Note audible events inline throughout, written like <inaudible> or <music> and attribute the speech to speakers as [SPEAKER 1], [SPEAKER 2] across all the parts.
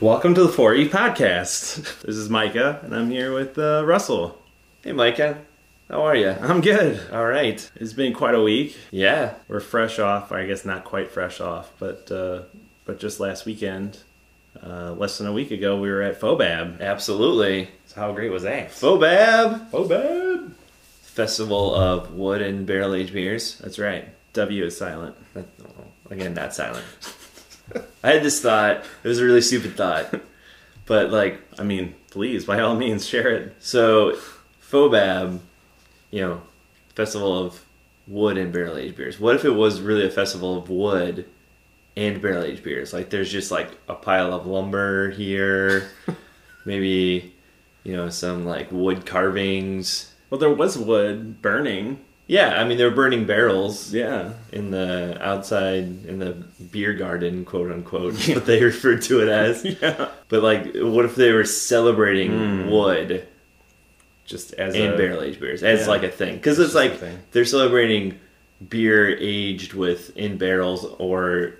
[SPEAKER 1] Welcome to the 4E podcast. This is Micah, and I'm here with uh, Russell.
[SPEAKER 2] Hey, Micah. How are you?
[SPEAKER 1] I'm good.
[SPEAKER 2] All right.
[SPEAKER 1] It's been quite a week.
[SPEAKER 2] Yeah.
[SPEAKER 1] We're fresh off, I guess not quite fresh off, but uh, but just last weekend, uh, less than a week ago, we were at Fobab.
[SPEAKER 2] Absolutely.
[SPEAKER 1] So how great was that?
[SPEAKER 2] Fobab!
[SPEAKER 1] Fobab.
[SPEAKER 2] Festival of Wood and Barrel Aged Beers.
[SPEAKER 1] That's right. W is silent.
[SPEAKER 2] That- well, Again, not silent. I had this thought. It was a really stupid thought. But, like,
[SPEAKER 1] I mean, please, by all means, share it.
[SPEAKER 2] so, Fobab, you know, Festival of Wood and Barrel Aged Beers. What if it was really a festival of wood and barrel aged beers? Like, there's just, like, a pile of lumber here. Maybe, you know, some, like, wood carvings.
[SPEAKER 1] Well, there was wood burning.
[SPEAKER 2] Yeah, I mean they're burning barrels
[SPEAKER 1] Yeah.
[SPEAKER 2] in the outside in the beer garden, quote unquote,
[SPEAKER 1] <laughs>
[SPEAKER 2] what they referred to it as.
[SPEAKER 1] Yeah.
[SPEAKER 2] But like, what if they were celebrating wood
[SPEAKER 1] Just as
[SPEAKER 2] and
[SPEAKER 1] a
[SPEAKER 2] barrel aged beers as
[SPEAKER 1] yeah.
[SPEAKER 2] like a thing? Because
[SPEAKER 1] just
[SPEAKER 2] it's
[SPEAKER 1] a
[SPEAKER 2] like
[SPEAKER 1] thing.
[SPEAKER 2] they're celebrating beer aged with in barrels or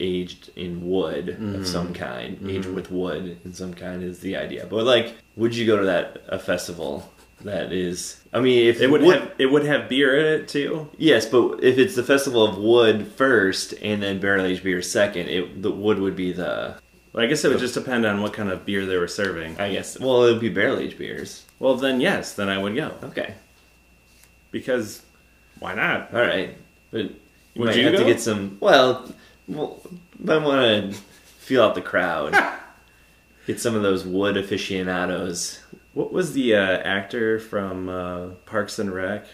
[SPEAKER 2] aged in wood
[SPEAKER 1] Mm-hmm.
[SPEAKER 2] of some kind. Aged with wood in some kind is the idea. But like, would you go to that a festival? That is, I mean, if
[SPEAKER 1] It would
[SPEAKER 2] wood-
[SPEAKER 1] have it would have beer in it too.
[SPEAKER 2] Yes, but if it's the Festival of Wood first and then barrel aged beer second, it the wood would be the
[SPEAKER 1] But I guess it would just depend on what kind of beer they were serving.
[SPEAKER 2] Oh. I guess well it would be barrel aged beers.
[SPEAKER 1] Well, then yes, then I would go
[SPEAKER 2] Okay,
[SPEAKER 1] because why not?
[SPEAKER 2] all right, but you
[SPEAKER 1] Would
[SPEAKER 2] might
[SPEAKER 1] you
[SPEAKER 2] have to
[SPEAKER 1] go?
[SPEAKER 2] get some. Well, well might want to feel out
[SPEAKER 1] <laughs>
[SPEAKER 2] the crowd. get some of those wood aficionados.
[SPEAKER 1] What was the uh, actor from uh, Parks and Rec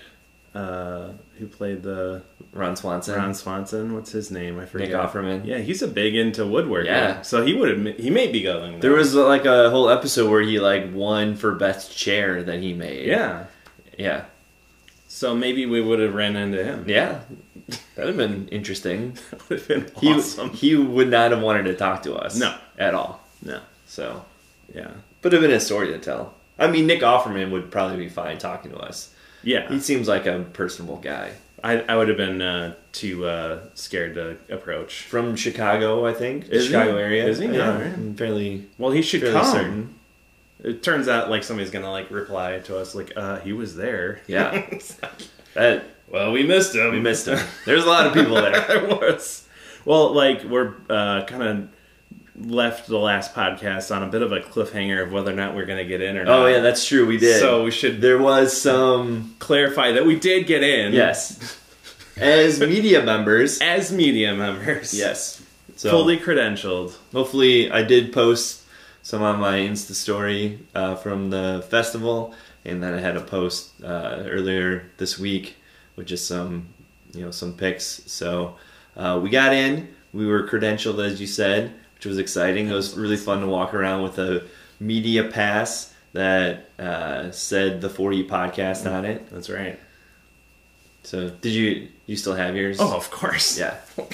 [SPEAKER 1] uh, who played the
[SPEAKER 2] Ron Swanson.
[SPEAKER 1] Ron Swanson? What's his name? I forget.
[SPEAKER 2] Nick Offerman.
[SPEAKER 1] Yeah, he's a big into woodworking.
[SPEAKER 2] Yeah.
[SPEAKER 1] so he would admit, he may be going.
[SPEAKER 2] There was uh, like a whole episode where he like won for best chair that he made.
[SPEAKER 1] yeah.
[SPEAKER 2] yeah,
[SPEAKER 1] So maybe we would have ran into him. <laughs>
[SPEAKER 2] yeah. That'd have been interesting.
[SPEAKER 1] That would have been
[SPEAKER 2] he <laughs>
[SPEAKER 1] awesome.
[SPEAKER 2] he would not have wanted to talk to us.
[SPEAKER 1] No.
[SPEAKER 2] at all.
[SPEAKER 1] no,
[SPEAKER 2] So,
[SPEAKER 1] yeah,
[SPEAKER 2] but it'd been a story to tell. I mean, Nick Offerman would probably be fine talking to us.
[SPEAKER 1] yeah.
[SPEAKER 2] He seems like a personable guy
[SPEAKER 1] I I would have been uh, too uh, scared to approach.
[SPEAKER 2] from Chicago, I think,
[SPEAKER 1] Is he?
[SPEAKER 2] Chicago area.
[SPEAKER 1] Is he?
[SPEAKER 2] Yeah,
[SPEAKER 1] Alright.
[SPEAKER 2] I'm fairly
[SPEAKER 1] Well, he should
[SPEAKER 2] fairly
[SPEAKER 1] come.
[SPEAKER 2] certain.
[SPEAKER 1] It turns out like somebody's gonna like reply to us like, uh, he was there.
[SPEAKER 2] Yeah,
[SPEAKER 1] <laughs> It's like,
[SPEAKER 2] that
[SPEAKER 1] well, we missed <laughs> him.
[SPEAKER 2] we missed him. There's a lot of people there.
[SPEAKER 1] there was. Well, like we're uh, kind of left the last podcast on a bit of a cliffhanger of whether or not we're gonna get in or not.
[SPEAKER 2] <laughs> Oh yeah, that's true. We did.
[SPEAKER 1] So we should
[SPEAKER 2] there was some
[SPEAKER 1] clarify that we did get in. <laughs>
[SPEAKER 2] yes, as media members.
[SPEAKER 1] As media members.
[SPEAKER 2] Yes, so
[SPEAKER 1] Fully credentialed.
[SPEAKER 2] Hopefully, I did post some on my Insta story uh, from the festival, and then I had a post uh, earlier this week with just some, you know, some pics. So uh, we got in. We were credentialed, as you said, which was exciting. It was really fun to walk around with a media pass that uh, said the 4E podcast on it.
[SPEAKER 1] That's right.
[SPEAKER 2] So did you? You still have yours?
[SPEAKER 1] Oh, of course. <laughs>
[SPEAKER 2] yeah,
[SPEAKER 1] I'm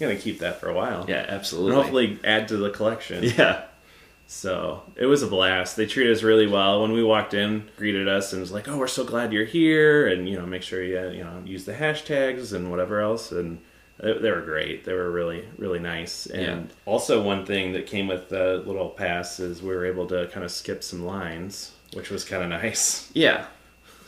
[SPEAKER 1] gonna keep that for a while.
[SPEAKER 2] yeah,
[SPEAKER 1] And
[SPEAKER 2] absolutely.
[SPEAKER 1] hopefully add to the collection.
[SPEAKER 2] yeah.
[SPEAKER 1] So it was a blast. They treated us really well. When we walked in, greeted us and was like, "Oh, we're so glad you're here," and you know, make sure you uh, you know use the hashtags and whatever else. And they, they were great. They were really really nice. And also one thing that came with the little pass is we were able to kind of skip some lines, which was kind of nice.
[SPEAKER 2] Yeah,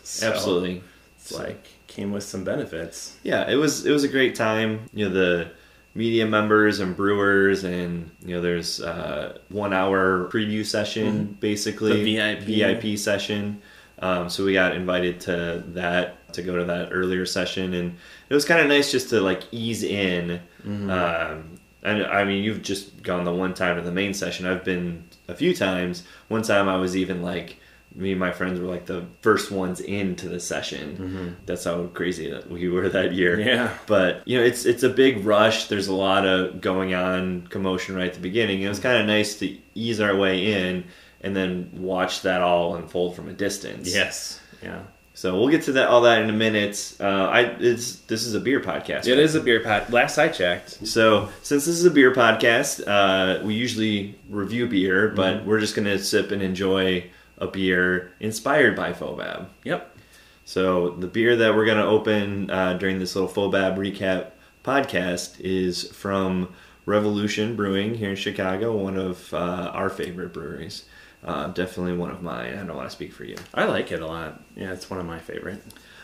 [SPEAKER 1] So
[SPEAKER 2] absolutely.
[SPEAKER 1] It's like came with some benefits.
[SPEAKER 2] yeah it was it was a great time you know the media members and brewers and you know there's uh, one hour preview session basically
[SPEAKER 1] The VIP.
[SPEAKER 2] vip session um, so we got invited to that to go to that earlier session and it was kind of nice just to like ease in um, and i mean you've just gone the one time to the main session i've been a few times one time i was even like me and my friends were like the first ones into the session. That's how crazy that we were that year.
[SPEAKER 1] Yeah.
[SPEAKER 2] But you know, it's it's a big rush. There's a lot of going on commotion right at the beginning. It was
[SPEAKER 1] Mm-hmm.
[SPEAKER 2] kind of nice to ease our way in and then watch that all unfold from a distance.
[SPEAKER 1] Yes. Yeah.
[SPEAKER 2] So we'll get to that all that in a minute. Uh, I it's this is a beer podcast.
[SPEAKER 1] It is a beer pot. Last I checked.
[SPEAKER 2] So, since this is a beer podcast, uh, we usually review beer, but
[SPEAKER 1] Mm-hmm.
[SPEAKER 2] we're just going to sip and enjoy a beer inspired by Fobab.
[SPEAKER 1] Yep.
[SPEAKER 2] So, the beer that we're going to open uh, during this little Fobab recap podcast is from Revolution Brewing here in Chicago, one of uh, our favorite breweries. Uh, definitely one of mine. I don't want to speak for you.
[SPEAKER 1] I like it a lot. Yeah, it's one of my favorite.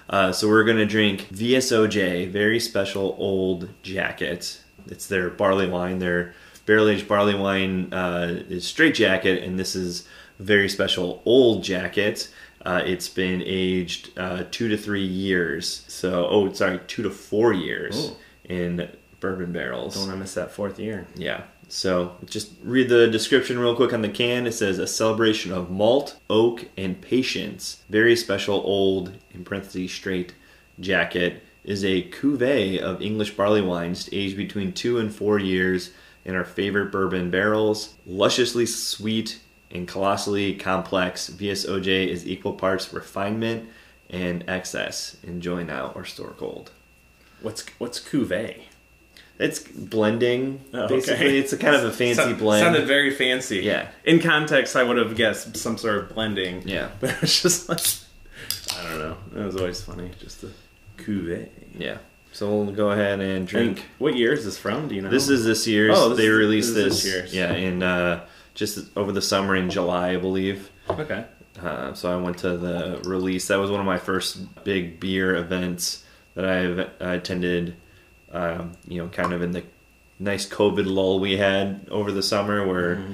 [SPEAKER 2] Uh, so we're gonna drink VSOJ, very special old jacket. It's their barley wine. Their barrel aged barley wine uh, is straight jacket, and this is a very special old jacket. Uh, it's been aged uh, two to three years. So oh, sorry, two to four years
[SPEAKER 1] Ooh.
[SPEAKER 2] in bourbon barrels.
[SPEAKER 1] Don't want to miss that fourth year.
[SPEAKER 2] Yeah. So just read the description real quick on the can. It says a celebration of malt, oak, and patience. Very special old in parentheses straight jacket is a cuvee of English barley wines aged between two and four years in our favorite bourbon barrels. Lusciously sweet and colossally complex, VSOJ is equal parts refinement and excess. Enjoy now or store cold.
[SPEAKER 1] What's what's cuvee?
[SPEAKER 2] It's blending,
[SPEAKER 1] Oh, okay.
[SPEAKER 2] basically. It's a kind of a
[SPEAKER 1] <laughs>
[SPEAKER 2] fancy
[SPEAKER 1] Sound-
[SPEAKER 2] blend.
[SPEAKER 1] Sounded very fancy.
[SPEAKER 2] Yeah.
[SPEAKER 1] In context, I would have guessed some sort of blending.
[SPEAKER 2] Yeah.
[SPEAKER 1] <laughs> But it was just like, I don't know. It was always funny. Just a cuvee.
[SPEAKER 2] Yeah. So we'll go ahead and drink.
[SPEAKER 1] And what year is this from? Do you know?
[SPEAKER 2] this is this year's.
[SPEAKER 1] Oh, this
[SPEAKER 2] they
[SPEAKER 1] is-
[SPEAKER 2] released
[SPEAKER 1] this
[SPEAKER 2] this.
[SPEAKER 1] is this year's.
[SPEAKER 2] Yeah, in uh, just over the summer in July, I believe.
[SPEAKER 1] okay.
[SPEAKER 2] Uh, so I went to the release. That was one of my first big beer events that I've I attended. Um, you know, kind of in the nice COVID lull we had over the summer, where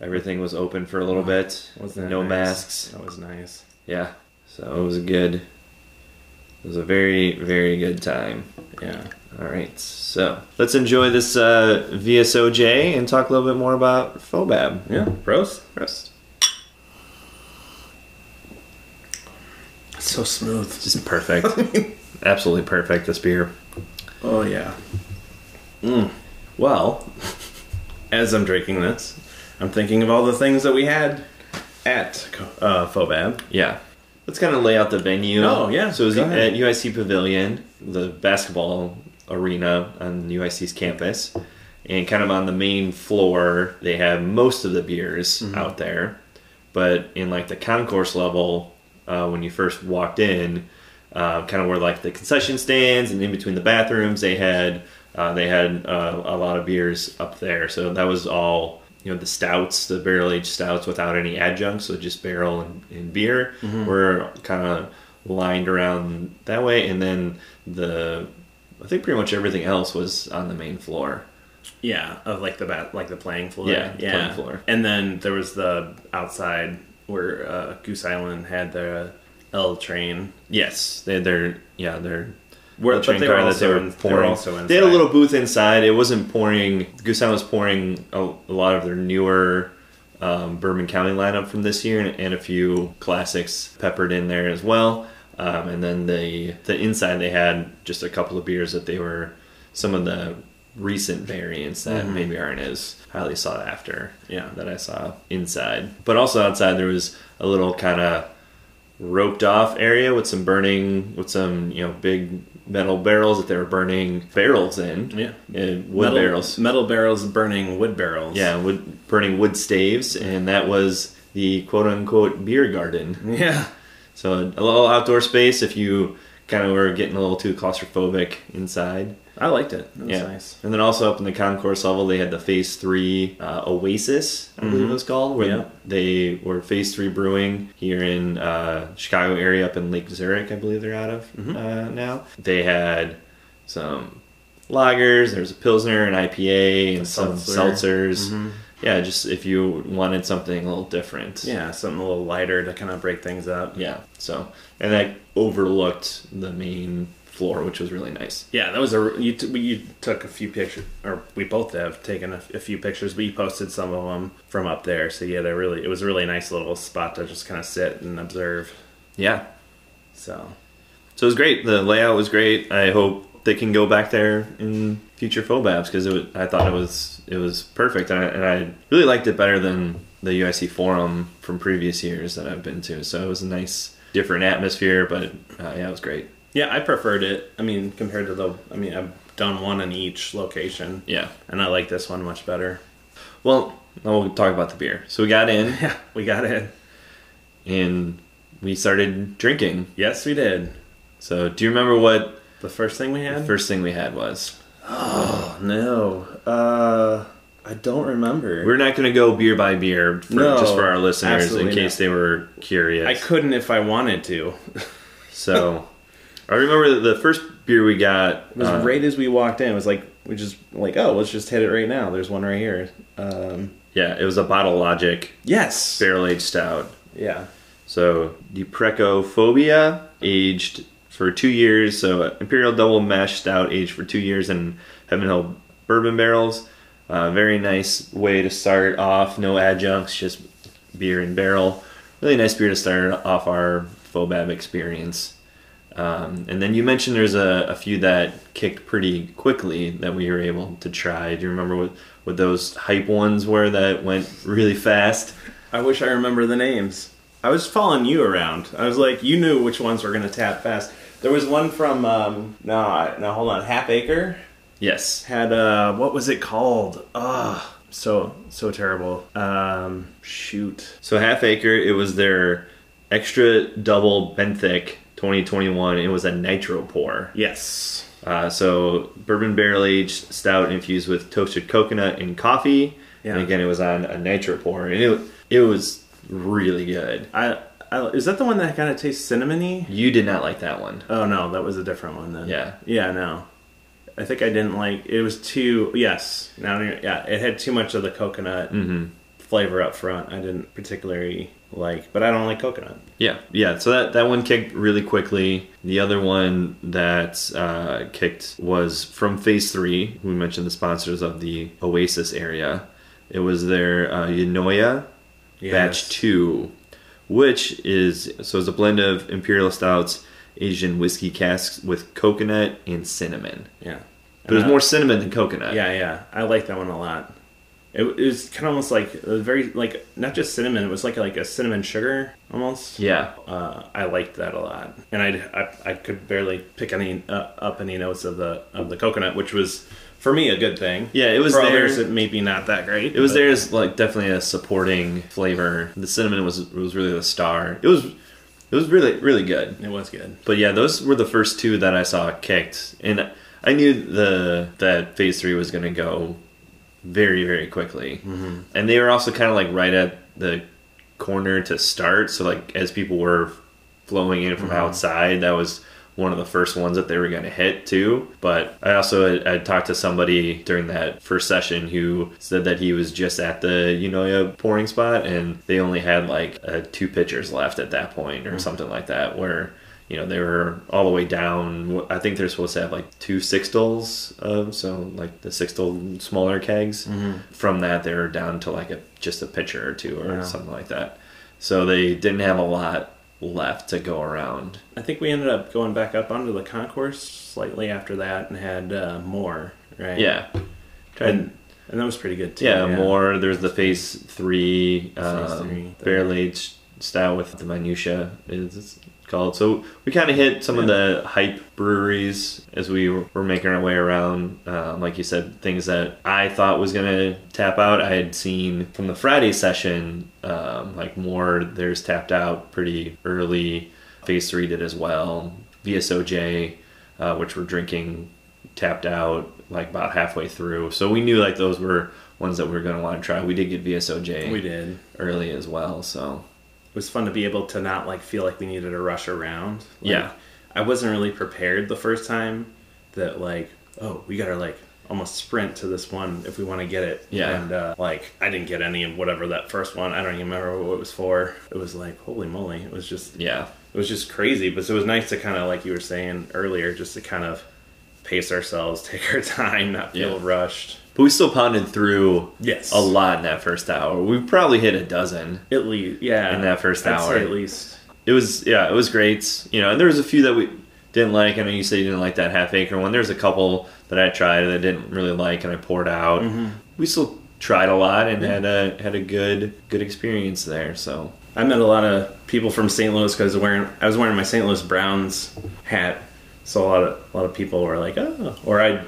[SPEAKER 2] everything was open for a little bit,
[SPEAKER 1] Mm-hmm. Wasn't that
[SPEAKER 2] no
[SPEAKER 1] nice?
[SPEAKER 2] masks.
[SPEAKER 1] That was nice.
[SPEAKER 2] Yeah, so it was a good. It was a very very good time.
[SPEAKER 1] Yeah.
[SPEAKER 2] All right, so let's enjoy this uh, VSOJ and talk a little bit more about Fobab.
[SPEAKER 1] Yeah. Prost.
[SPEAKER 2] First,
[SPEAKER 1] So smooth.
[SPEAKER 2] just <laughs> perfect, absolutely perfect. This beer.
[SPEAKER 1] Oh yeah. Well, as I'm drinking this, I'm thinking of all the things that we had at uh, Fobab.
[SPEAKER 2] Yeah, let's kind of lay out the venue.
[SPEAKER 1] Oh, yeah,
[SPEAKER 2] So it uh, was
[SPEAKER 1] go ahead.
[SPEAKER 2] at UIC Pavilion, the basketball arena on UIC's campus, and kind of on the main floor, they have most of the beers out there. But in like the concourse level, uh, when you first walked in, uh, kind of where like the concession stands and in between the bathrooms, they had uh, they had uh, a lot of beers up there. So that was all you know the stouts, the barrel aged stouts without any adjuncts, so just barrel and, and beer were kind of lined around that way, and then the I think pretty much everything else was on the main floor.
[SPEAKER 1] Yeah, of like the bat, like the playing floor.
[SPEAKER 2] Yeah, playing floor.
[SPEAKER 1] And then there was the outside where uh, Goose Island had the L train.
[SPEAKER 2] Yes, they had their yeah their
[SPEAKER 1] Where
[SPEAKER 2] the train car that they were pouring.
[SPEAKER 1] They were also inside.
[SPEAKER 2] They had a little booth inside. It wasn't pouring. Goose Island was pouring a, a lot of their newer um, Bourbon County lineup from this year and, and a few classics peppered in there as well. Um, and then the the inside they had just a couple of beers that they were some of the recent variants that maybe aren't as highly sought after.
[SPEAKER 1] Yeah.
[SPEAKER 2] that I saw inside, but also outside there was a little kind of roped off area with some burning with some you know big metal barrels that they were burning barrels in
[SPEAKER 1] Yeah.
[SPEAKER 2] And wood
[SPEAKER 1] metal,
[SPEAKER 2] barrels
[SPEAKER 1] metal barrels burning wood barrels.
[SPEAKER 2] yeah wood burning wood staves and that was the quote unquote beer garden
[SPEAKER 1] yeah.
[SPEAKER 2] so a little outdoor space if you kind of were getting a little too claustrophobic inside
[SPEAKER 1] I liked it. It was
[SPEAKER 2] yeah
[SPEAKER 1] nice.
[SPEAKER 2] and then also up in the concourse level they had the phase three uh, oasis i believe it was called where
[SPEAKER 1] Mm-hmm. Yeah.
[SPEAKER 2] they were phase three brewing here in uh, chicago area up in lake zurich i believe they're out of
[SPEAKER 1] Mm-hmm.
[SPEAKER 2] uh, now they had some lagers there was a pilsner an ipa and some
[SPEAKER 1] seltzer. Mm-hmm.
[SPEAKER 2] seltzers yeah just if you wanted something a little different
[SPEAKER 1] Yeah, something a little lighter to kind of break things up.
[SPEAKER 2] yeah so and that overlooked the main floor which was really nice
[SPEAKER 1] Yeah, that was a you. T- you took a few pictures, or we both have taken a, a few pictures, but you posted some of them from up there. So you had a really, it was a really nice little spot to just kind of sit and observe.
[SPEAKER 2] yeah
[SPEAKER 1] So
[SPEAKER 2] So it was great. The layout was great. I hope they can go back there in future Fobabs because it was, I thought it was it was perfect, and I, and I really liked it better than the UIC Forum from previous years that I've been to. So it was a nice different atmosphere, but uh, yeah, it was great.
[SPEAKER 1] yeah, I preferred it. I mean, compared to the, I mean, I've done one in each location.
[SPEAKER 2] Yeah.
[SPEAKER 1] and I like this one much better.
[SPEAKER 2] Well, now we'll talk about the beer. So we got in
[SPEAKER 1] <laughs> Yeah, we got it.
[SPEAKER 2] and we started drinking.
[SPEAKER 1] Yes, we did.
[SPEAKER 2] So do you remember what
[SPEAKER 1] The first thing we
[SPEAKER 2] the
[SPEAKER 1] had.
[SPEAKER 2] first thing we had was?
[SPEAKER 1] Oh no, uh, I don't remember.
[SPEAKER 2] We're not going to go beer by beer for,
[SPEAKER 1] No,
[SPEAKER 2] just for our listeners in
[SPEAKER 1] absolutely
[SPEAKER 2] case they were curious.
[SPEAKER 1] I couldn't if I wanted to. It
[SPEAKER 2] So I remember that the first beer we got
[SPEAKER 1] was
[SPEAKER 2] uh,
[SPEAKER 1] right as we walked in. It was like we just like oh let's just hit it right now. There's one right here. Um,
[SPEAKER 2] Yeah, it was a Bottle Logic
[SPEAKER 1] yes.
[SPEAKER 2] barrel aged stout.
[SPEAKER 1] Yeah.
[SPEAKER 2] So Deprecophobia aged for two years. So Imperial Double Mash Stout aged for two years in Heaven Hill bourbon barrels. Uh, very nice way to start off. No adjuncts, just beer and barrel. Really nice beer to start off our Phobab experience. Um, and then you mentioned there's a, a few that kicked pretty quickly that we were able to try. Do you remember what, what those hype ones were that went really fast?
[SPEAKER 1] I wish I remember the names. I was following you around. I was like, you knew which ones were gonna tap fast. There was one from um, no, I- no, hold on, Half Acre
[SPEAKER 2] Yes.
[SPEAKER 1] had uh, what was it called? Ugh, so so terrible. Um, shoot.
[SPEAKER 2] So Half Acre, it was their extra double benthic 2021. It was a nitro pour.
[SPEAKER 1] Yes.
[SPEAKER 2] Uh, so bourbon barrel aged stout infused with toasted coconut and coffee. And
[SPEAKER 1] Yeah.
[SPEAKER 2] again, it was on a nitro pour, and it it was really good.
[SPEAKER 1] I, I is that the one that kind of tastes cinnamony?
[SPEAKER 2] You did not like that one.
[SPEAKER 1] Oh no, that was a different one then.
[SPEAKER 2] Yeah.
[SPEAKER 1] Yeah, no. I think I didn't like it was too yes. Now yeah, it had too much of the coconut
[SPEAKER 2] Mm-hmm.
[SPEAKER 1] flavor up front. I didn't particularly like, but I don't like coconut.
[SPEAKER 2] Yeah, yeah. So that, that one kicked really quickly. The other one that uh, kicked was from Phase 3. We mentioned the sponsors of the Oasis area. It was their uh, Yanoya Batch 2, which is so it's a blend of Imperial Stouts, Asian whiskey casks with coconut and cinnamon.
[SPEAKER 1] Yeah.
[SPEAKER 2] But there's
[SPEAKER 1] And, uh,
[SPEAKER 2] more cinnamon than coconut.
[SPEAKER 1] Yeah, yeah. I like that one a lot. It, it was kind of almost like a very like not just cinnamon. It was like like a cinnamon sugar almost.
[SPEAKER 2] Yeah.
[SPEAKER 1] Uh, I liked that a lot, and I'd, I I could barely pick any uh, up any notes of the of the coconut, which was for me a good thing.
[SPEAKER 2] Yeah, it was
[SPEAKER 1] for
[SPEAKER 2] there.
[SPEAKER 1] others it maybe not that great.
[SPEAKER 2] It was
[SPEAKER 1] but-
[SPEAKER 2] there as like definitely a supporting flavor. The cinnamon was was really the star. It was it was really really good.
[SPEAKER 1] It was good.
[SPEAKER 2] But yeah, those were the first two that I saw kicked, and I knew the that phase three was going to go very very quickly, mm-hmm. and they were also kind of like right at the corner to start. So like as people were flowing in from outside, that was one of the first ones that they were going to hit too. But I also had, had talked to somebody during that first session who said that he was just at the Unoya pouring spot, and they only had like uh, two pitchers left at that point or something like that, where you know they were all the way down i think they're supposed to have like two sixtals of so like the sixtal smaller kegs
[SPEAKER 1] Mm-hmm.
[SPEAKER 2] from that they were down to like a just a pitcher or two or
[SPEAKER 1] Wow.
[SPEAKER 2] something like that so they didn't have a lot left to go around
[SPEAKER 1] I think we ended up going back up onto the concourse slightly after that and had uh, more, right?
[SPEAKER 2] yeah
[SPEAKER 1] And, and that was pretty good too.
[SPEAKER 2] yeah, more there's the phase three,
[SPEAKER 1] three.
[SPEAKER 2] um, barrel aged style with the minutia is it's called so we kind of hit some of the hype breweries as we were making our way around um, like you said things that i thought was gonna tap out i had seen from the friday session um, like more there's tapped out pretty early phase three did as well vsoj uh, which we're drinking tapped out like about halfway through. So we knew like those were ones that we were going to want to try. We did get VSOJ
[SPEAKER 1] We did. It
[SPEAKER 2] early as well. So
[SPEAKER 1] was fun to be able to not like feel like we needed to rush around. Like,
[SPEAKER 2] Yeah.
[SPEAKER 1] I wasn't really prepared the first time that like oh we gotta like almost sprint to this one if we want to get it.
[SPEAKER 2] Yeah.
[SPEAKER 1] And uh, like I didn't get any of whatever that first one. I don't even remember what it was for. It was like holy moly. It was just
[SPEAKER 2] yeah,
[SPEAKER 1] it was just crazy but it was nice to kind of like you were saying earlier just to kind of pace ourselves <laughs> take our time not feel
[SPEAKER 2] Yeah.
[SPEAKER 1] rushed
[SPEAKER 2] but we still pounded through
[SPEAKER 1] yes
[SPEAKER 2] a lot in that first hour. We probably hit a dozen.
[SPEAKER 1] at least yeah
[SPEAKER 2] In that first
[SPEAKER 1] I'd
[SPEAKER 2] hour.
[SPEAKER 1] say at least
[SPEAKER 2] It was yeah, it was great. You know, and there was a few that we didn't like. I know you said you didn't like that half acre one. There's a couple that I tried that I didn't really like, and I poured out. We still tried a lot and had a had a good good experience there. So
[SPEAKER 1] i met a lot of people from st louis because wearing i was wearing my st louis browns hat so a lot of a lot of people were like oh or i'd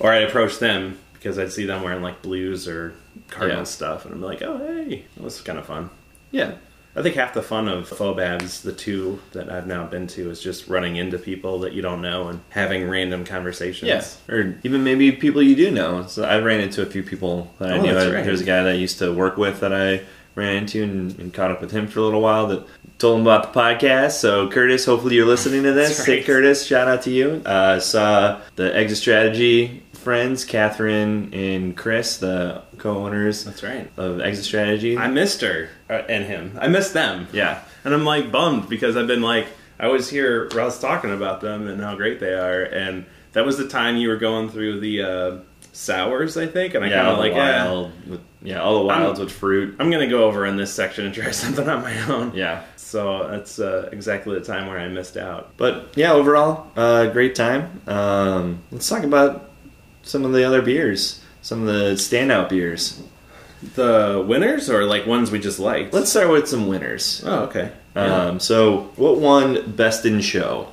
[SPEAKER 1] or i'd approach them because i'd see them wearing like blues or cardinal
[SPEAKER 2] Yeah.
[SPEAKER 1] stuff and i'm like oh hey that was kind of fun
[SPEAKER 2] Yeah.
[SPEAKER 1] I think half the fun of Phobabs, the two that I've now been to, is just running into people that you don't know and having random conversations.
[SPEAKER 2] Yes, or even maybe people you do know. So I ran into a few people that I
[SPEAKER 1] Oh,
[SPEAKER 2] knew.
[SPEAKER 1] that's
[SPEAKER 2] I,
[SPEAKER 1] right.
[SPEAKER 2] There was a guy that I used to work with that I ran into and, and caught up with him for a little while. That told him about the podcast. So Curtis, hopefully you're listening to this.
[SPEAKER 1] That's
[SPEAKER 2] Hey
[SPEAKER 1] right.
[SPEAKER 2] Curtis, shout out to you. Uh, saw the Exit Strategy friends, Catherine and Chris, the co-owners
[SPEAKER 1] That's right.
[SPEAKER 2] of Exit Strategy.
[SPEAKER 1] I missed her uh, and him. I missed them.
[SPEAKER 2] yeah,
[SPEAKER 1] And I'm like bummed because I've been like, I always hear Russ talking about them and how great they are. And that was the time you were going through the uh, sours, I think. And I
[SPEAKER 2] yeah,
[SPEAKER 1] kind
[SPEAKER 2] all
[SPEAKER 1] of
[SPEAKER 2] the
[SPEAKER 1] like, yeah,
[SPEAKER 2] wild with yeah, all the wilds with fruit.
[SPEAKER 1] I'm going to go over in this section and try <laughs> something on my own.
[SPEAKER 2] Yeah.
[SPEAKER 1] So that's uh, exactly the time where I missed out.
[SPEAKER 2] But yeah, overall, uh, great time. Um, let's talk about some of the other beers, some of the standout beers.
[SPEAKER 1] The winners or like ones we just liked?
[SPEAKER 2] Let's start with some winners.
[SPEAKER 1] Oh, okay.
[SPEAKER 2] Um, so, what won Best in Show?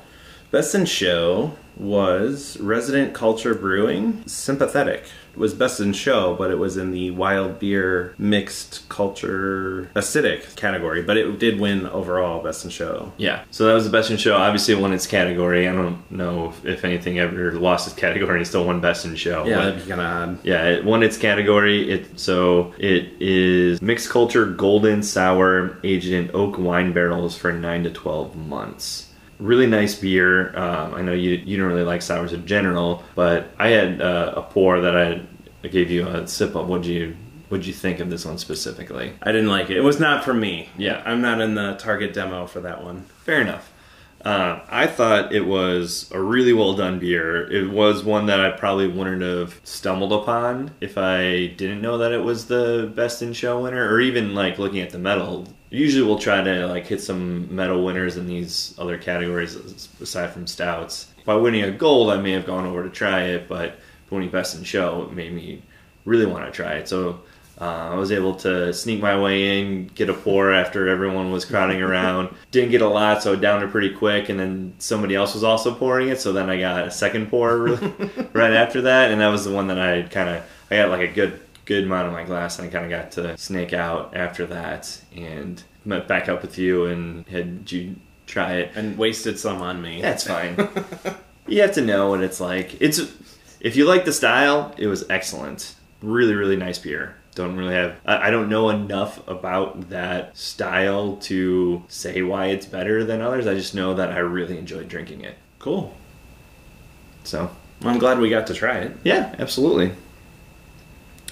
[SPEAKER 1] Best in Show was Resident Culture Brewing. Sympathetic was Best in Show, but it was in the wild beer mixed culture acidic category. But it did win overall Best in Show.
[SPEAKER 2] Yeah, so that was the Best in Show. Obviously, it won its category. I don't know if, if anything ever lost its category and still won Best in Show.
[SPEAKER 1] Yeah,
[SPEAKER 2] but-
[SPEAKER 1] that'd be kind of odd.
[SPEAKER 2] Yeah, it won its category. It so it is mixed culture golden sour aged in oak wine barrels for nine to twelve months. Really nice beer. Um, I know you you don't really like sours in general, but I had uh, a pour that I, I gave you a sip of. What'd you What'd you think of this one specifically?
[SPEAKER 1] I didn't like it. It was not for me.
[SPEAKER 2] Yeah.
[SPEAKER 1] I'm not in the target demo for that one.
[SPEAKER 2] Fair enough. Uh, I thought it was a really well done beer. It was one that I probably wouldn't have stumbled upon if I didn't know that it was the best in show winner, or even like looking at the medal. Usually, we'll try to like hit some medal winners in these other categories as- aside from stouts. By winning a gold, I may have gone over to try it, but winning best in show it made me really want to try it. So uh, I was able to sneak my way in, get a pour after everyone was crowding around. Didn't get a lot, so downed it pretty quick. And then somebody else was also pouring it, so then I got a second pour really, right after that, and that was the one that I kind of I got like a good good amount of my glass, and I kind of got to snake out after that, and met back up with you and had you try it.
[SPEAKER 1] And wasted some on me.
[SPEAKER 2] That's fine. you have to know what it's like. It's if you like the style, it was excellent. Really, really nice beer. Don't really have. I, I don't know enough about that style to say why it's better than others. I just know that I really enjoyed drinking it.
[SPEAKER 1] Cool.
[SPEAKER 2] So
[SPEAKER 1] I'm glad we got to try it.
[SPEAKER 2] yeah, absolutely.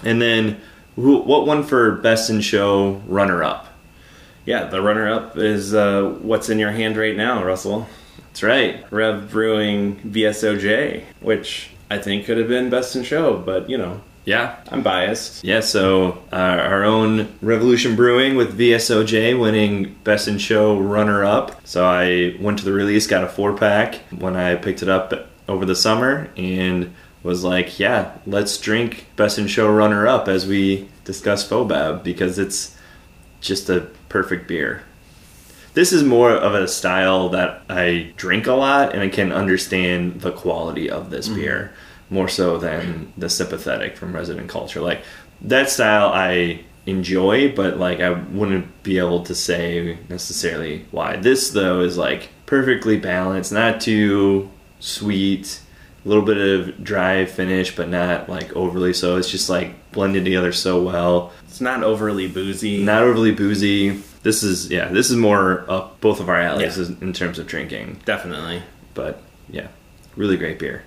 [SPEAKER 2] And then, who, what one for best in show runner up?
[SPEAKER 1] Yeah, the runner up is uh, what's in your hand right now, Russell.
[SPEAKER 2] That's right.
[SPEAKER 1] Rev Brewing VSOJ, which I think could have been best in show, but you know,
[SPEAKER 2] Yeah,
[SPEAKER 1] I'm biased.
[SPEAKER 2] Yeah, so uh, our own Revolution Brewing with VSOJ winning Best in Show runner up. So I went to the release, got a four pack when I picked it up over the summer, and was like, yeah, let's drink Best in Show runner up as we discuss Fobab because it's just a perfect beer. This is more of a style that I drink a lot and I can understand the quality of this beer more so than the sympathetic from Resident Culture. Like that style I enjoy, but like I wouldn't be able to say necessarily why. This though is like perfectly balanced, not too sweet, a little bit of dry finish, but not like overly so. It's just like blended together so well
[SPEAKER 1] It's not overly boozy.
[SPEAKER 2] not overly boozy. This is yeah, this is more up both of our alleys
[SPEAKER 1] Yeah.
[SPEAKER 2] is- in terms of drinking,
[SPEAKER 1] Definitely.
[SPEAKER 2] but yeah, really great beer.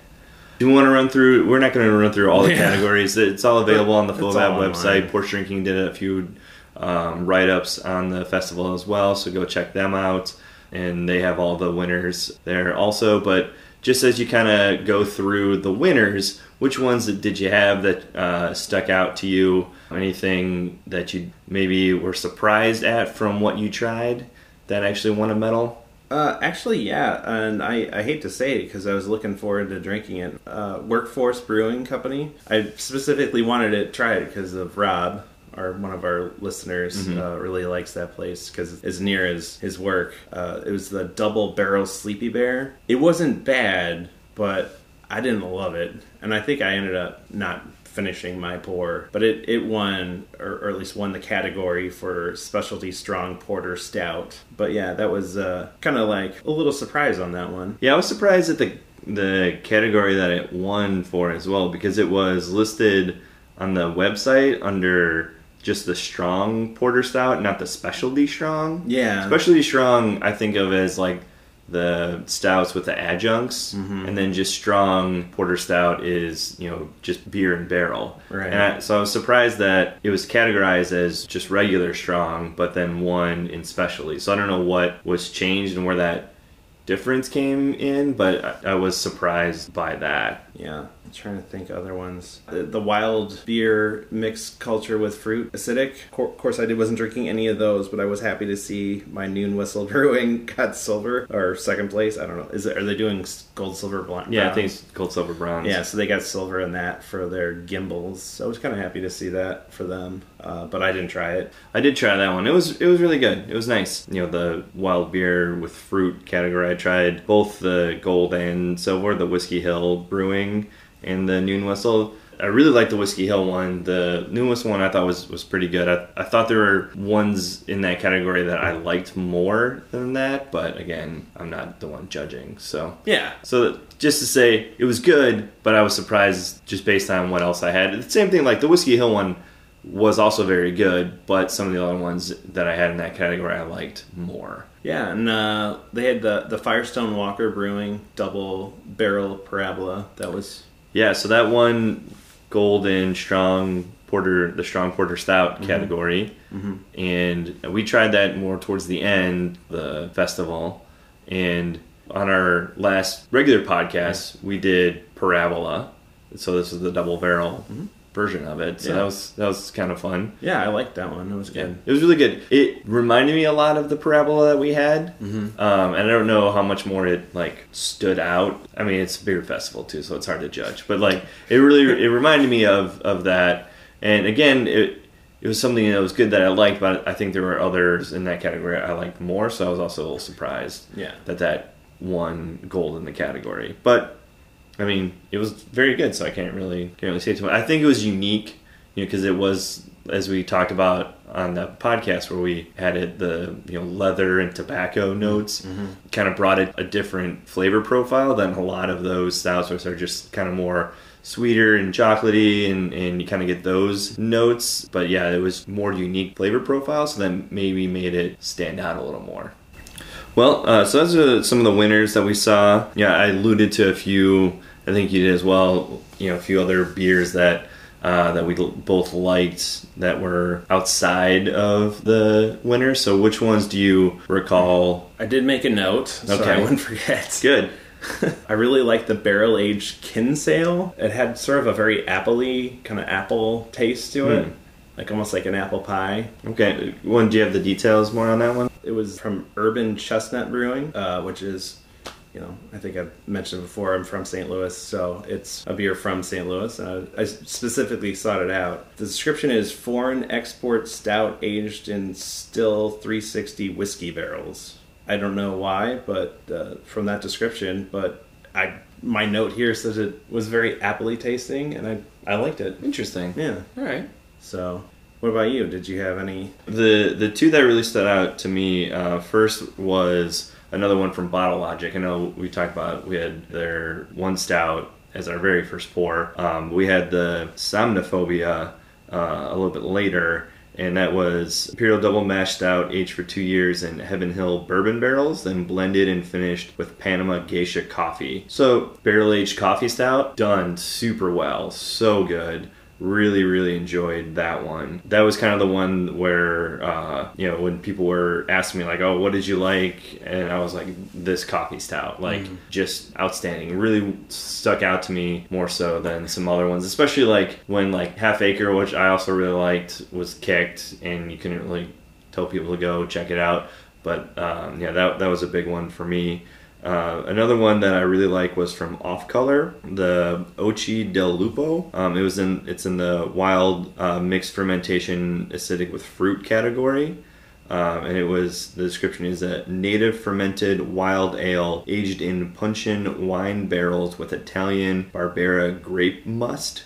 [SPEAKER 2] Do you want to run through? We're not going to run through all the
[SPEAKER 1] Yeah.
[SPEAKER 2] categories. It's all available on the
[SPEAKER 1] It's
[SPEAKER 2] Full
[SPEAKER 1] all
[SPEAKER 2] Lab
[SPEAKER 1] online.
[SPEAKER 2] website. Porch Drinking did a few um, write ups on the festival as well, so go check them out. And they have all the winners there also. But just as you kind of go through the winners, which ones that did you have that uh, stuck out to you? Anything that you maybe were surprised at from what you tried that actually won a medal?
[SPEAKER 1] Uh, actually, yeah, and I, I hate to say it because I was looking forward to drinking it. Uh, Workforce Brewing Company. I specifically wanted to try it because of Rob, our one of our listeners, uh, really likes that place because it's near his his work. Uh, it was the Double Barrel Sleepy Bear. It wasn't bad, but I didn't love it, and I think I ended up not finishing my pour, but it it won or, or at least won the category for specialty strong porter stout. But yeah, that was uh, kind of like a little surprise on that one.
[SPEAKER 2] Yeah, I was surprised at the the category that it won for as well because it was listed on the website under just the strong porter stout, not the specialty strong.
[SPEAKER 1] Yeah.
[SPEAKER 2] Specialty strong, I think of as like the stouts with the adjuncts,
[SPEAKER 1] Mm-hmm.
[SPEAKER 2] and then just strong porter stout is you know just beer and barrel.
[SPEAKER 1] Right.
[SPEAKER 2] And I, so I was surprised that it was categorized as just regular strong, but then one in specialty. So I don't know what was changed and where that difference came in, but I, I was surprised by that.
[SPEAKER 1] Yeah, I'm trying to think other ones. The, the wild beer mixed culture with fruit, acidic. Of course, I did, wasn't drinking any of those, but I was happy to see my Noon Whistle <laughs> Brewing got silver or second place. I don't know. Is it, are they doing s- gold, silver, blonde?
[SPEAKER 2] Yeah, I think it's gold, silver, bronze.
[SPEAKER 1] Yeah, so they got silver in that for their gimbals. So I was kind of happy to see that for them, uh, but I didn't try it.
[SPEAKER 2] I did try that one. It was it was really good. It was nice. You know, the wild beer with fruit category. I tried both the gold and silver, the Whiskey Hill Brewing and the Noon Whistle. I really liked the Whiskey Hill one. The Noon Whistle one I thought was, was pretty good. I, I thought there were ones in that category that I liked more than that, but again, I'm not the one judging. So
[SPEAKER 1] Yeah,
[SPEAKER 2] so just to say, it was good, but I was surprised just based on what else I had. The same thing, like the Whiskey Hill one was also very good, but some of the other ones that I had in that category I liked more.
[SPEAKER 1] Yeah, and uh, they had the the Firestone Walker Brewing double barrel parabola. That was
[SPEAKER 2] Yeah, so that one golden strong porter, the strong porter stout category, and we tried that more towards the end the festival, and on our last regular podcast we did parabola, so this is the double barrel version of it. So
[SPEAKER 1] Yeah.
[SPEAKER 2] that was that was kind of fun.
[SPEAKER 1] yeah, I liked that one. It was good.
[SPEAKER 2] It was really good. It reminded me a lot of the parabola that we had,
[SPEAKER 1] Mm-hmm.
[SPEAKER 2] um, and I don't know how much more it like stood out. I mean, it's a beer festival too, so it's hard to judge. But like,
[SPEAKER 1] <laughs>
[SPEAKER 2] it really it reminded me of of that. And again, it it was something that was good that I liked, but I think there were others in that category I liked more. So I was also a little surprised
[SPEAKER 1] Yeah.
[SPEAKER 2] that that won gold in the category. But I mean, it was very good, so I can't really can't really say too much. I think it was unique, you know, because it was as we talked about on the podcast where we added the you know leather and tobacco notes, kind of brought it a different flavor profile than a lot of those styles which are just kind of more sweeter and chocolatey and, and you kind of get those notes but yeah it was more unique flavor profile so that maybe made it stand out a little more well, uh, so those are some of the winners that we saw. Yeah, I alluded to a few. I think you did as well. You know, a few other beers that uh, that we l- both liked that were outside of the winner. So, which ones do you recall?
[SPEAKER 1] I did make a note, so
[SPEAKER 2] Okay.
[SPEAKER 1] I wouldn't forget.
[SPEAKER 2] Good.
[SPEAKER 1] <laughs> I really liked the barrel aged Kinsale. It had sort of a very appley kind of apple taste to it, like almost like an apple pie.
[SPEAKER 2] Okay. One. Do you have the details more on that one?
[SPEAKER 1] It was from Urban Chestnut Brewing, uh, which is, you know, I think I've mentioned before, I'm from St. Louis, so it's a beer from St. Louis. And I, I specifically sought it out. The description is foreign export stout aged in still 360 whiskey barrels. I don't know why, but uh, from that description, but I my note here says it was very appley tasting, and I I liked it.
[SPEAKER 2] Interesting.
[SPEAKER 1] Yeah.
[SPEAKER 2] All right.
[SPEAKER 1] So, what about you? Did you have any?
[SPEAKER 2] The the two that really stood out to me uh, first was another one from Bottle Logic. I know we talked about we had their one stout as our very first pour. Um, we had the Somnophobia uh, a little bit later, and that was Imperial Double Mash Stout, aged for two years in Heaven Hill bourbon barrels, then blended and finished with Panama Geisha coffee. So barrel aged coffee stout done super well, so good really really enjoyed that one that was kind of the one where uh, you know when people were asking me like oh what did you like and i was like this coffee stout like just outstanding really stuck out to me more so than some other ones especially like when like half acre which i also really liked was kicked and you couldn't really tell people to go check it out but um, yeah that, that was a big one for me uh, another one that I really like was from Off Color, the Ochi del Lupo. Um, it was in it's in the wild uh, mixed fermentation acidic with fruit category, um, and it was the description is a native fermented wild ale aged in puncheon wine barrels with Italian Barbera grape must.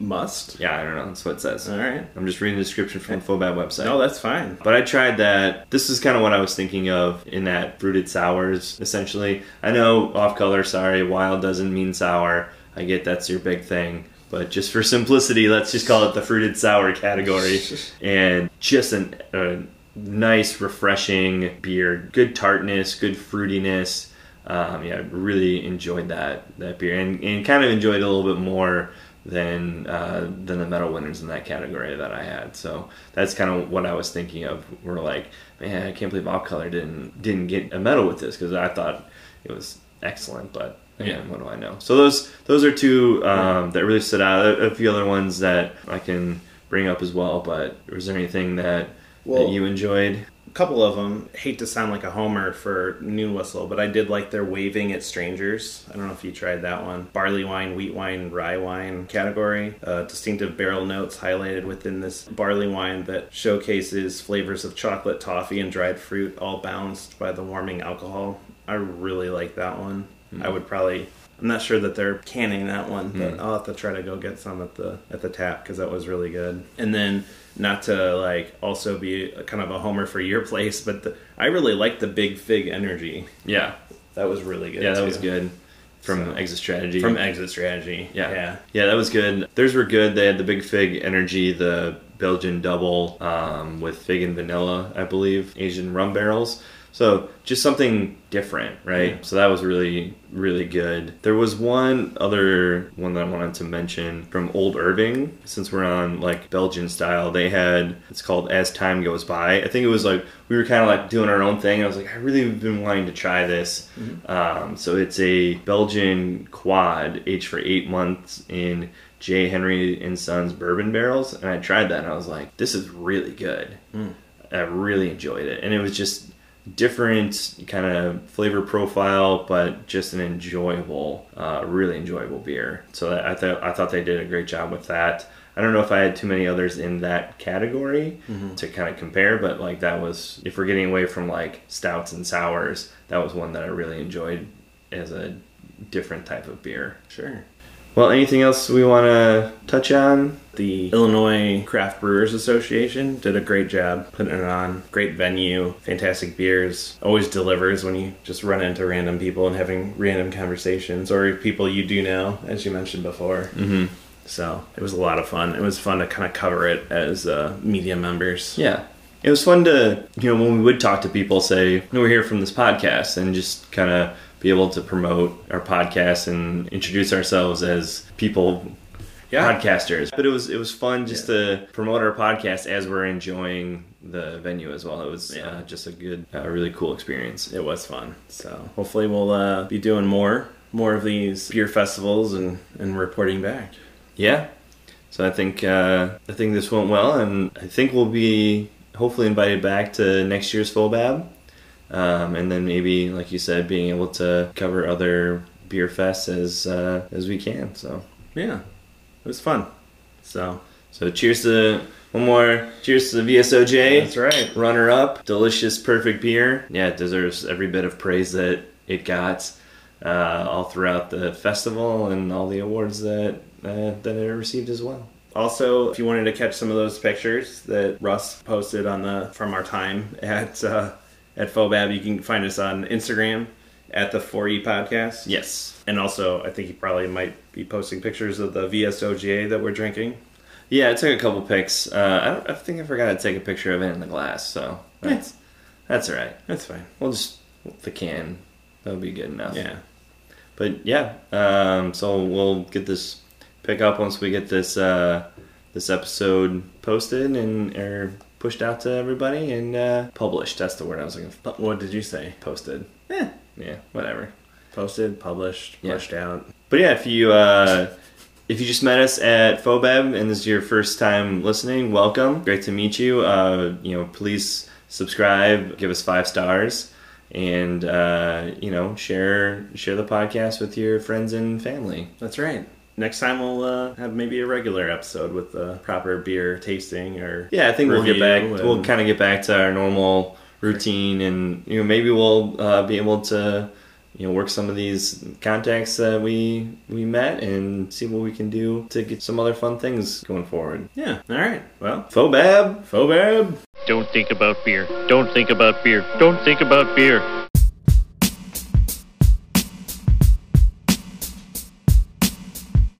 [SPEAKER 1] Must.
[SPEAKER 2] Yeah, I don't know. That's what it says.
[SPEAKER 1] All right.
[SPEAKER 2] I'm just reading the description from the Fobab website.
[SPEAKER 1] No, that's fine.
[SPEAKER 2] But I tried that. This is kind of what I was thinking of in that fruited sours, essentially. I know off color, sorry, wild doesn't mean sour. I get that's your big thing. But just for simplicity, let's just call it the fruited sour category. and just an, a nice, refreshing beer. Good tartness, good fruitiness. Um, yeah, I really enjoyed that that beer, and, and kind of enjoyed it a little bit more than uh, than the medal winners in that category that I had. So that's kind of what I was thinking of. We're like, man, I can't believe Off Color didn't didn't get a medal with this because I thought it was excellent, but. Again,
[SPEAKER 1] Yeah.
[SPEAKER 2] what do I know? So those those are two um, that really stood out. A, a few other ones that I can bring up as well. But was there anything that
[SPEAKER 1] Well-
[SPEAKER 2] that you enjoyed?
[SPEAKER 1] A couple of them. Hate to sound like a homer for New Whistle, but I did like their waving at strangers. I don't know if you tried that one. Barley wine, wheat wine, rye wine category. Uh, distinctive barrel notes highlighted within this barley wine that showcases flavors of chocolate, toffee, and dried fruit, all balanced by the warming alcohol. I really like that one. I would probably. I'm not sure that they're canning that one,
[SPEAKER 2] Hmm.
[SPEAKER 1] but I'll have to try to go get some at the at the tap because that was really good. And then not to like also be a, kind of a homer for your <laughs> place, but the, I really liked the Big Fig energy.
[SPEAKER 2] Yeah,
[SPEAKER 1] That was really good.
[SPEAKER 2] yeah, that
[SPEAKER 1] too.
[SPEAKER 2] was good from Exit Strategy.
[SPEAKER 1] from Exit Strategy.
[SPEAKER 2] Yeah.
[SPEAKER 1] yeah,
[SPEAKER 2] Yeah, that was good. Theirs were good. They had the Big Fig Energy, the Belgian Double um, with fig and vanilla, I believe, Asian rum barrels. So just something different, right? So that was really, really good. There was one other one that I wanted to mention from Old Irving, since we're on like Belgian style. They had it's called As Time Goes By. I think it was like we were kind of like doing our own thing. I was like, I really have been wanting to try this. Um, so it's a Belgian quad, aged for eight months in J. Henry and Sons bourbon barrels, and I tried that, and I was like, this is really good. I really enjoyed it, and it was just different kind of flavor profile, but just an enjoyable, uh, really enjoyable beer. So that- I thought I thought they did a great job with that. I don't know if I had too many others in that category to kind of compare, but like that was if we're getting away from like stouts and sours, that was one that I really enjoyed as a different type of beer.
[SPEAKER 1] sure.
[SPEAKER 2] Well, anything else we want to touch on?
[SPEAKER 1] The Illinois Craft Brewers Association did a great job putting it on. Great venue, fantastic beers. Always delivers when you just run into random people and having random conversations or people you do know, as you mentioned before. Mm-hmm. So it was a lot of fun. It was fun to kind of cover it as uh, media members.
[SPEAKER 2] Yeah. It was fun to, you know, when we would talk to people, say, "No, we're here from this podcast, and just kind of be able to promote our podcast and introduce ourselves as people,
[SPEAKER 1] Yeah.
[SPEAKER 2] podcasters. But it was it was fun just to promote our podcast as we're enjoying the venue as well. It was
[SPEAKER 1] Yeah.
[SPEAKER 2] uh, just a good, uh, really cool experience.
[SPEAKER 1] It was fun. So hopefully we'll uh, be doing more, more of these beer festivals and, and reporting back.
[SPEAKER 2] Yeah. So I think uh, I think this went well, and I think we'll be hopefully invited back to next year's Fobab, um, and then maybe, like you said, being able to cover other beer fests as uh, as we can. So
[SPEAKER 1] Yeah. It was fun. So
[SPEAKER 2] so cheers to one more cheers to the VSOJ.
[SPEAKER 1] that's right.
[SPEAKER 2] Runner up, delicious, perfect beer. Yeah, it deserves every bit of praise that it got uh, all throughout the festival and all the awards that uh, that it received as well.
[SPEAKER 1] Also, if you wanted to catch some of those pictures that Russ posted on the from our time at uh, at Fobab, you can find us on Instagram at the 4E podcast.
[SPEAKER 2] Yes.
[SPEAKER 1] And also, I think he probably might be posting pictures of the VSOGA that we're drinking.
[SPEAKER 2] Yeah, I took a couple pics. Uh, I, don't, I think I forgot to take a picture of it in the glass, so that's that's all right.
[SPEAKER 1] That's fine.
[SPEAKER 2] We'll just the can. That'll be good enough.
[SPEAKER 1] Yeah.
[SPEAKER 2] But yeah, um, so we'll get this pick up once we get this uh, this episode posted and or pushed out to everybody and uh, published. That's the word I was looking for.
[SPEAKER 1] But what did you say?
[SPEAKER 2] Posted.
[SPEAKER 1] Eh.
[SPEAKER 2] Yeah, whatever.
[SPEAKER 1] Posted, published,
[SPEAKER 2] Yeah.
[SPEAKER 1] pushed out.
[SPEAKER 2] But yeah, if you uh, if you just met us at Fobab and this is your first time listening, welcome. Great to meet you. Uh, you know, please subscribe, give us five stars, and uh, you know, share share the podcast with your friends and family.
[SPEAKER 1] That's right. Next time we'll uh, have maybe a regular episode with the proper beer tasting or
[SPEAKER 2] Yeah, I think we'll get
[SPEAKER 1] review
[SPEAKER 2] back.
[SPEAKER 1] and-
[SPEAKER 2] We'll kind of get back to our normal routine, and you know, maybe we'll uh, be able to you know work some of these contacts that we we met and see what we can do to get some other fun things going forward.
[SPEAKER 1] Yeah. All right. Well,
[SPEAKER 2] Fobab.
[SPEAKER 1] Fobab.
[SPEAKER 3] Don't think about beer. Don't think about beer. Don't think about beer.